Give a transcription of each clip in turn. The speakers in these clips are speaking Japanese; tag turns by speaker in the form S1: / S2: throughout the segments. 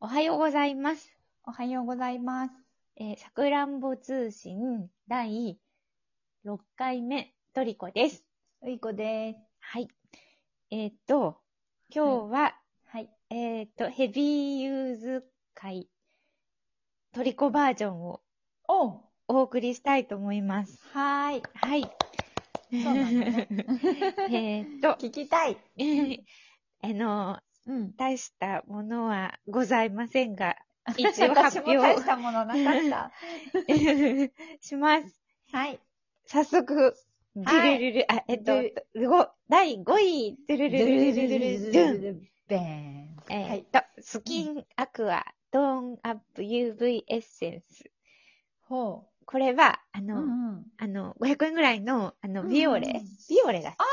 S1: おはようございます。
S2: おはようございます。
S1: えー、さくらんぼ通信第6回目、トリコです。
S2: ういこです。
S1: はい。えーっと、今日は、
S2: はい。
S1: えーっと、ヘビーユーズ会、トリコバージョンを
S2: おう
S1: お送りしたいと思います。
S2: はーい。
S1: はい。
S2: そうなんだね
S1: えーっと、
S2: 聞きたい。
S1: あの、
S2: うん。
S1: 大したものはございません が、一応発
S2: 私も
S1: 表
S2: 大したものなかっ
S1: します。
S2: た。はい。
S1: 早速、ドゥルルル、あ、えっと、ルゴ第5位、ドゥルルルルルルルルン。
S2: ベーン。は
S1: えっ
S2: い。
S1: と、スキンアクア、トーンアップ UV エッセンス。
S2: ほ
S1: これは、あ
S2: う。
S1: の、
S2: うんうん。
S1: あの、500円ぐらいの、あの、
S2: うん
S1: ビオレ、ビオレだっ
S2: あ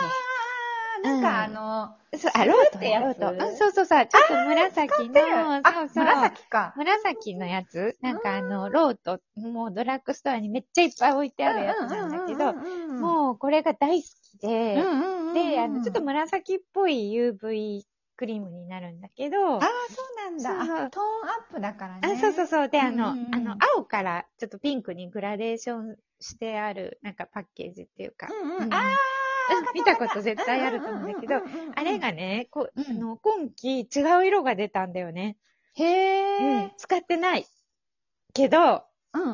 S2: ー、なんかあ
S1: うん
S2: の、
S1: けそう、あ、ロート
S2: ってや
S1: や、
S2: つ
S1: ロート。うん、そうそうそう、ちょっと紫の、
S2: あ
S1: そうそう。
S2: 紫か。
S1: 紫のやつなんかあの、ロート、もうドラッグストアにめっちゃいっぱい置いてあるやつなんだけど、
S2: どう
S1: もうこれが大好きで、
S2: んうんうん、
S1: で、あの、ちょっと
S2: あ
S1: 紫っぽい UV クリームになるんだけど、
S2: あー、そうなん
S1: そう
S2: だ。あトーンアップだから
S1: あ
S2: ね。
S1: そうそうそう。で、あの、
S2: うんうんうん
S1: あの、青からちょっとピンクにグラデーションしてある、なんかパッケージっていうか、
S2: うん
S1: う
S2: うんん。あ
S1: う
S2: ー、
S1: ん
S2: わかった
S1: 見たこと絶対あると思うんだけど、、あれが
S2: ね。
S1: ね、こう、
S2: うん
S1: あの、今季違う色が出たんだよね。
S2: へ
S1: う
S2: え
S1: ん。使ってない。けど、
S2: うん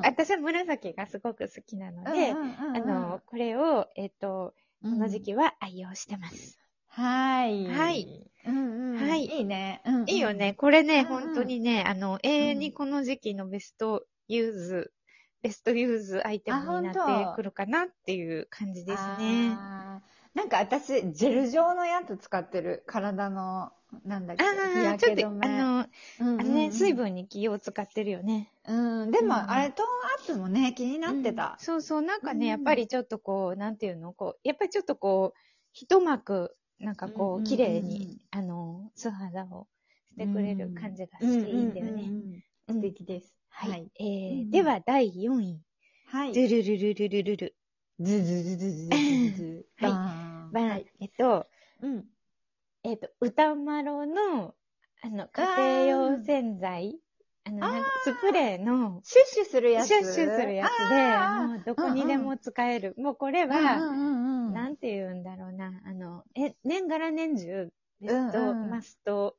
S1: 私は紫がすごく好きなので、あの、、これを、えっと、
S2: こ
S1: この時。期は愛用してます。
S2: はい。
S1: はい。
S2: うんうん。
S1: はい
S2: いいね。うんうん
S1: いいよね。。これね、
S2: うん
S1: 本当にね、あの、永遠にこの時期のベストユーズ、ベストユーズアイテムに
S2: あ
S1: なっ
S2: 本
S1: て
S2: 当
S1: くるかなっていう感じですね。
S2: あー。なんか私、ジェル状のやつ使ってる。体の、なんだ
S1: あ
S2: っけ、日
S1: あー、
S2: 焼
S1: ちょっ
S2: け
S1: と、
S2: 止
S1: あ
S2: め。
S1: の、
S2: うんうん
S1: あ
S2: うん
S1: のね、水。分に気を使ってるよね。
S2: うん。で
S1: うん
S2: も、あれ、トーンアップもね、気になって
S1: うん
S2: た。
S1: そうそう、なんか
S2: うん
S1: ね、やっぱりちょっとこう、なんていうの、こう、やっぱりちょっとこう、一幕、なんかこ
S2: うんうんうんう
S1: う、
S2: ん
S1: 綺麗に、あの、素肌をしてくれる感じが好きんだよ
S2: うんうんう
S1: ね。
S2: ん
S1: う
S2: うん。素
S1: ん
S2: 敵です。
S1: は
S2: はいい。
S1: え
S2: うんう
S1: ー
S2: ん
S1: では、第4位。
S2: はい。
S1: ド
S2: ズ
S1: ゥルルルルルルル。
S2: ズズズズズズズ。
S1: はい
S2: バーン
S1: は。い、えっと、
S2: うん。
S1: えっと、歌まろの、あの、家庭用洗剤、あの、
S2: あー
S1: なんかスプレーの、
S2: シュッシュする
S1: シュ
S2: や
S1: ッ
S2: つ。
S1: シュするやつ
S2: あ
S1: で、
S2: ー
S1: もうどこにでも使える。もうこれ
S2: うん
S1: は、
S2: うんうん
S1: なんて言うんだろうな、あの、え、年がら年中、ベスト、
S2: うんうん
S1: マスト、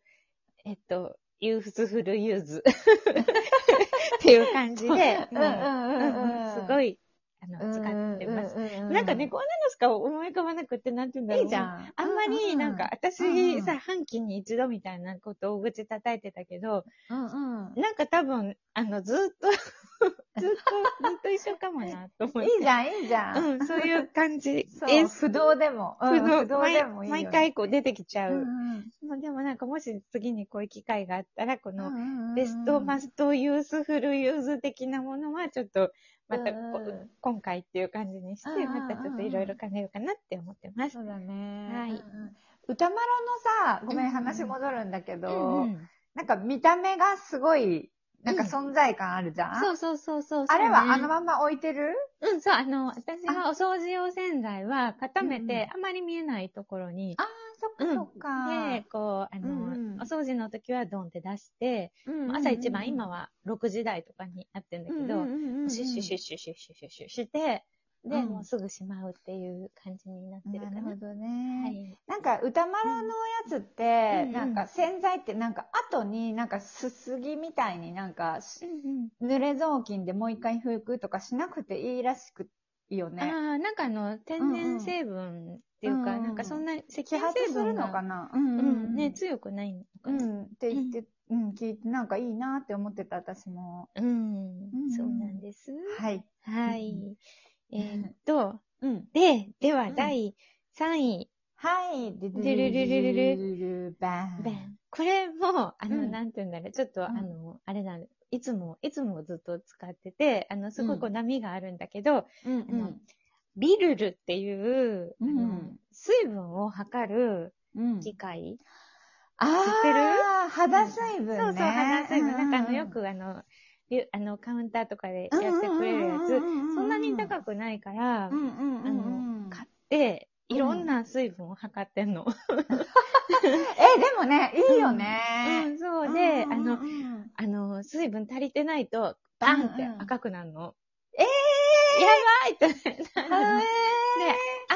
S1: えっと、ユースフルユーズって いう感じで、
S2: うんうん
S1: う
S2: うんん
S1: うん
S2: うん
S1: すごい、あの、
S2: うん
S1: 使ってます。
S2: うんうう
S1: なんかね、こんなのしか思い浮かばなくって、なんて言うんだろう。
S2: いいじゃん。
S1: あんまり、なんか、、私
S2: う
S1: さ、
S2: ん
S1: 半期に一度みたいなことを大口叩いてたけど、
S2: うんうん。
S1: なんか多分、あの、ずっと 、ずっと、ずっと一緒かもな、と思っ
S2: い
S1: て。
S2: いじゃん、いいじゃん。
S1: うん、そういう感じ
S2: そ
S1: で
S2: う、
S1: す。
S2: 不動でも。うん
S1: 不
S2: 不動でもいいよね。
S1: 毎回こう出てきちゃ
S2: う
S1: う。
S2: んうん、
S1: でもなんか、もし次にこういう機会があったら、この、
S2: の
S1: ベスト、マスト、ユースフル、ユーズ的なものは、ちょっと、またこ
S2: うんう
S1: う、
S2: ん
S1: 今回っていう感じにし
S2: う
S1: て、
S2: んうんうん
S1: またちょっといろいろ考えようかなって思ってます。
S2: そうだね。
S1: はい
S2: うんうん。歌丸のさ、ごめ
S1: うん
S2: ん、
S1: うん
S2: 話戻るんだけど、
S1: うんうん
S2: なんか見た目がすごい、なんか存在感あるじゃん、
S1: そうそうそうそう。
S2: あれ
S1: そう
S2: は
S1: ね
S2: あのまま置いてる
S1: うん、そう、あの、私はお掃除用洗剤は固め
S2: うんう
S1: て、あまり見えないところに、
S2: あそっ
S1: うん
S2: っか
S1: で、こう、あの、
S2: うんうん
S1: お掃除の時はドンって出して、朝一番、今は6時台とかになってるんだけど、シュッシュシュッ
S2: シ
S1: シュシュッシュッシュッシュして、で、
S2: うん
S1: もうすぐしまうっていう感じになってるかな。
S2: なるほどね。
S1: はい。
S2: なんか歌丸のやつって、
S1: うん
S2: なんか洗剤ってなんか後になんかすすぎみたいになんかし
S1: うん
S2: 濡れ雑巾でもう一回拭くとかしなくていいらしくいいよ
S1: うん、
S2: ね。
S1: ああ、なんかあの、天然成分っていうか、
S2: うんうん
S1: なんかそんな赤
S2: 揮
S1: 外
S2: 発
S1: 成
S2: する
S1: 分
S2: のか
S1: が、
S2: なうん
S1: う、
S2: うんん
S1: ね、強くないのか
S2: う
S1: な。
S2: んって言って、うん、聞いてなんかいいなって思ってた私も。
S1: うん、
S2: うん
S1: そうなんです。
S2: はい。
S1: はい
S2: うん。
S1: えーっと、
S2: うん。
S1: で、では
S2: ん
S1: 第3位、
S2: はい。で
S1: ルルルルル
S2: ルバン。
S1: ベンこれも、あの、
S2: うん
S1: なんて言うんだろう、ちょっと、
S2: ん
S1: あの、あれなんいつも、いつもずっと使ってて、あの、すごいこう
S2: うん
S1: 波があるんだけど、
S2: うんう
S1: あの
S2: ん。
S1: ビルルっていう、あの
S2: うん
S1: 水分を測る
S2: うん
S1: 機械。
S2: あ
S1: ってる
S2: あ、肌水分ね。
S1: そうそう、肌水分。なんかあの、よ
S2: や
S1: くあの、ゆあの、カウンターとかでやってくれるやつ。そんなに高くないから、
S2: うんうんうんうん、
S1: 買って、いろんな水分を測ってんの。
S2: え、でもね、いいよね。
S1: うん、そうで、あの、
S2: うん
S1: の、水分足りてないと、バンって
S2: うんうん
S1: 赤くなるの。
S2: え
S1: やばいってなるの。
S2: うんう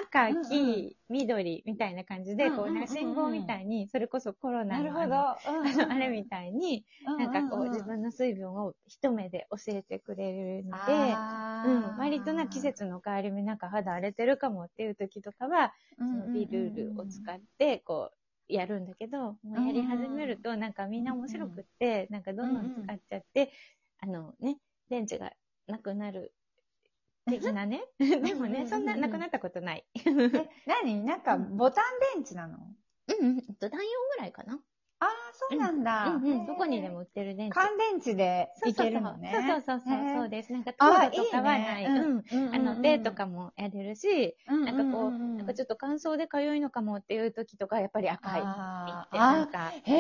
S1: 赤、
S2: ん
S1: 黄、緑みたいな感じで、こ
S2: うんうんうん
S1: う、
S2: うん
S1: な信号みたいに、それこそコロ
S2: ー
S1: ナ
S2: なる
S1: の
S2: ほ
S1: あ
S2: ど。
S1: の、
S2: うん
S1: あのあれみたいに、なんかこう、自分の水分を一目で教えてくれるので、うん、割とな季、節の変わり目、なんか肌荒れてるかもっていう時とかは、
S2: うん
S1: そ
S2: うんうん
S1: のビルールを使って、こう、やるんだけど、もうやり始めると、なんかみんな面白くって、なんかどんどん使っちゃって、あのね、電池がなくなる、的なね。でも
S2: うんうんうんう
S1: ね、
S2: ん
S1: そんななくなったことない。
S2: え、何なんかボタン電池なの
S1: うんうん、と、男用ぐらいかな。
S2: ああ、そうなんだ。
S1: うんうん、どこにで
S2: へ
S1: も売ってる電
S2: ー。
S1: 池。
S2: 乾電池で
S1: そう
S2: い
S1: そう
S2: け
S1: そう
S2: るのね。
S1: そうそうそう
S2: へー
S1: そうです。なんか、糖
S2: あ
S1: 度
S2: ー、い
S1: と
S2: いね。
S1: かはない。うん。あの、手とかもやれるし、なんかこう、なんかちょ
S2: ょっ
S1: っと乾燥でかゆいのかもっていう時とか、やっぱり赤いって、
S2: あー
S1: なん
S2: あ
S1: か、
S2: ー、へ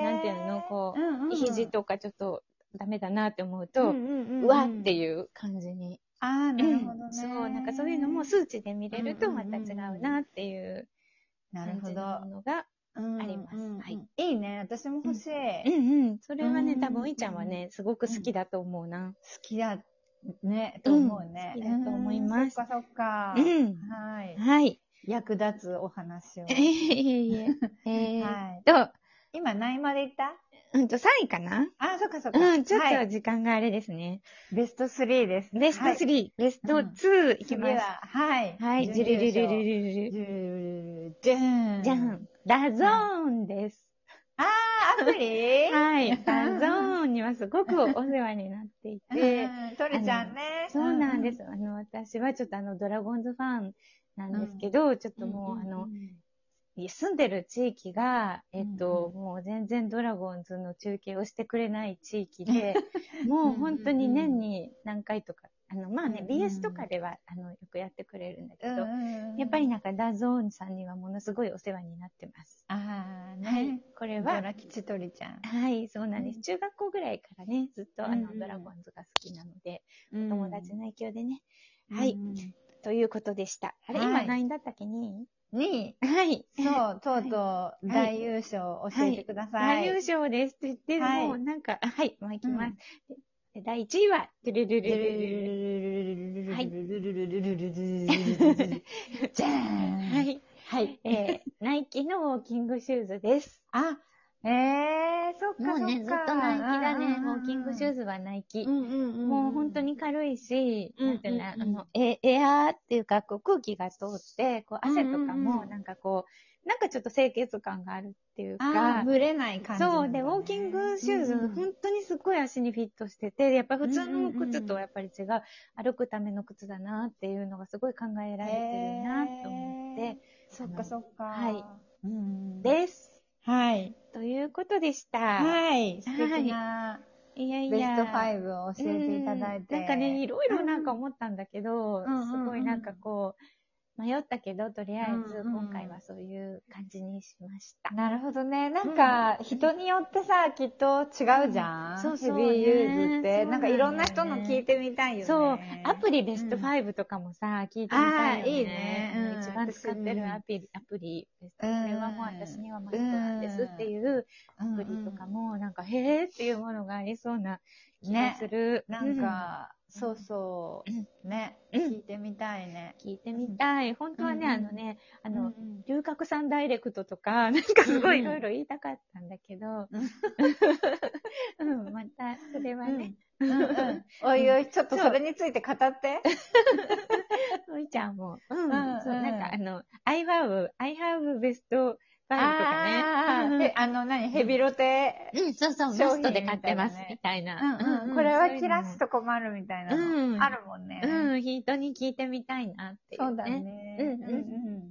S2: え。
S1: なんていうのこう
S2: うんうんうん、
S1: 肘とかちょっとダメだなって思う
S2: うん
S1: と、
S2: うんうんう
S1: うんわっていう感じに。
S2: ああ、なるほどね。
S1: そう、なんかそういうのも数値で見れると
S2: うんう
S1: ま
S2: んうん
S1: た違
S2: うん
S1: うなっていう
S2: なる
S1: 感
S2: ほ
S1: じ
S2: ど。
S1: のものが。あります
S2: うんうんうん
S1: はい。
S2: いいね。私も欲しい。
S1: う
S2: 好
S1: んうん。それは
S2: う
S1: ね、
S2: ん
S1: 多分、おいちゃんはね、すごく好きだと思うな。
S2: きだ、ね、と思うね。
S1: うん好きだと思います
S2: うんそっか
S1: う
S2: そっか。
S1: ん。
S2: はい。
S1: はい。
S2: 役立つお話を。
S1: ええ いえいえ。えーっ
S2: はい。
S1: と、
S2: 今何位までいった
S1: うんと、3位かな
S2: あ、そっかそっか。
S1: うん、ちょっ
S2: は
S1: と
S2: い
S1: 時間があれですね。
S2: ベスト3です。
S1: ベスト
S2: はい、
S1: 3、ベスト
S2: うん
S1: 2いき
S2: 次
S1: ます。
S2: は、はい。
S1: はい、ジュ
S2: 準
S1: ルル
S2: 優
S1: ル
S2: 勝
S1: ルルルル。
S2: ジュルルルルルじゃん。
S1: じゃん。。ダゾーンです。
S2: あ、アプリ
S1: はい。ダゾーンにはすごくお世話になっていて、
S2: うんトルちゃんね。。
S1: そうなんですす。あの、私はちょっとあの、ドラゴンズファンなんですけど、ちょっともう、あの、、住んでる地域が、えっと、もう全然ドラゴンズの中継をしてくれない地域で、もう本当に年に何回とか、あの、まあね、
S2: うんうん
S1: BS とかでは、あの、よくやってくれるんだけ
S2: うん
S1: ど、
S2: うんうん
S1: やっぱりなんかダゾーンさんにはものすごいお世話になってます。
S2: ああ、
S1: は
S2: ね
S1: い。。これ
S2: ド
S1: は、
S2: ラ吉鳥ちゃん。
S1: はい、そうなんで
S2: う
S1: す。
S2: ん
S1: 中学校ぐらいからね、ずっとあ
S2: うん
S1: の、
S2: うん
S1: ドラゴンズが好きなので、
S2: お
S1: 友達の影響でね。はい。ということでした。あれ、
S2: は
S1: 今
S2: い
S1: 何位だったっけ2
S2: 2位。
S1: 位はい。
S2: そう、とうとう大優勝教えてくださ
S1: 大
S2: い。
S1: 優勝ですって言って、
S2: はい
S1: もうなんか、あはい、もう行きま
S2: う
S1: す
S2: ん。
S1: で第1位は、ルルルルルルル
S2: じゃん。
S1: は。い。
S2: はい。
S1: えー、ナイキのウォーキングシューズです。
S2: あ、えー、そっか。
S1: もうね、ずっとナイキだね。ウォーキングシュー
S2: ズ。
S1: ズはナイキ。
S2: うんうんうん。
S1: もう本当。に軽いし、
S2: うん
S1: なんていうの、
S2: うん
S1: あの、エエアーっていうか、こう空気が通って、こう汗とか
S2: うんうんう
S1: も、
S2: ん
S1: なんかこう、なんかちょっと清潔感があるっていう
S2: あ
S1: か
S2: ー、、ぶれない感じ。
S1: そう、で、ウォーキングシューズ、本当にすごい足にフィットしてて、やっぱ普通の靴とはやっぱり違う、歩くための靴だなっていうのがすごい考えられてるなと思って、
S2: そっかそっか。
S1: はい。
S2: うん。、
S1: です。
S2: はい。
S1: ということでした。
S2: はい。素敵な。
S1: い、やいや。
S2: ベスト5を教えていただいて。
S1: うんなんかね、いろいろなんか思ったんだけど、
S2: うん
S1: すごいなんかこう、迷ったけど、とりあえず
S2: うんうんうん
S1: 今回はそういう感じにしました。
S2: なるほどね。なんか、人によってさ、きっと違うじゃん。
S1: そうそう
S2: ヘビーユーズっ
S1: ね
S2: て。なんかいろんな人の聞いてみたいよね。
S1: そう、アプ
S2: リ。
S1: リベスト5とかもさ、聞いてみたいよね。
S2: あーいいねうん
S1: 一番使ってるアプリ、アプリ、これはもう私にはマストなんですっていう
S2: ア
S1: アプリとかも、なんか、へーっていうものがありそうな気が
S2: ね
S1: する。
S2: なん
S1: う
S2: か、そうそう。ね。
S1: うん
S2: 聞いてみたいね。
S1: 聞いてみたい。本当はね、
S2: うん
S1: あのね、あの、
S2: うん
S1: 龍角散ダイレクトとか、 なんかすご
S2: うん
S1: いいろいろ言いたかったんだけど、 うん、また、それはね、
S2: うんうんおいおい、ちょっとそれについて語って。
S1: おいちゃんも、うん、
S2: うん
S1: そう、
S2: うん
S1: なんかあの、I have, I have best five と
S2: あ
S1: か
S2: ー
S1: ね
S2: え、あの、何ヘビロテ。
S1: うん、うん、そうそう、
S2: 商
S1: マ
S2: 品
S1: ストで買ってます、み
S2: み
S1: たいな。
S2: うんうん。これは切らすとこもあるみたいな
S1: う
S2: の。
S1: ん
S2: あるもんね。
S1: うん、人に聞いてみたいなっていう、
S2: そうだ。ね。
S1: うんうん
S2: ん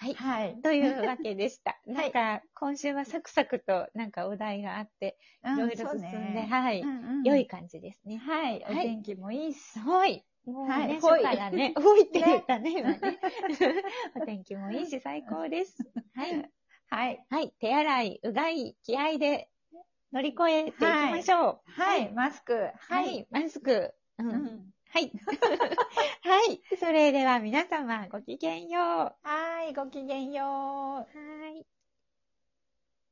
S1: はい。
S2: はい。
S1: というわけで した。
S2: い
S1: なんか、今週はサクサクと、なんかお題があって、いろいろ進んで、はい、良い。感じですね。
S2: はい。お天気もいいし。
S1: ほい。もうね、
S2: はい
S1: 初から ね、ほいって言ったね、今 ね。お天気もいいし、最高です。はい。
S2: はい。
S1: はい。手洗い、うがい、気合で乗り越えていきましょう。
S2: はい。マスク。
S1: はい。
S2: はい。
S1: マスク。うん。
S2: う
S1: はい。
S2: ん
S1: はい。それでは皆様、ごきげんよう。は
S2: はい。ごきげんよう。
S1: い。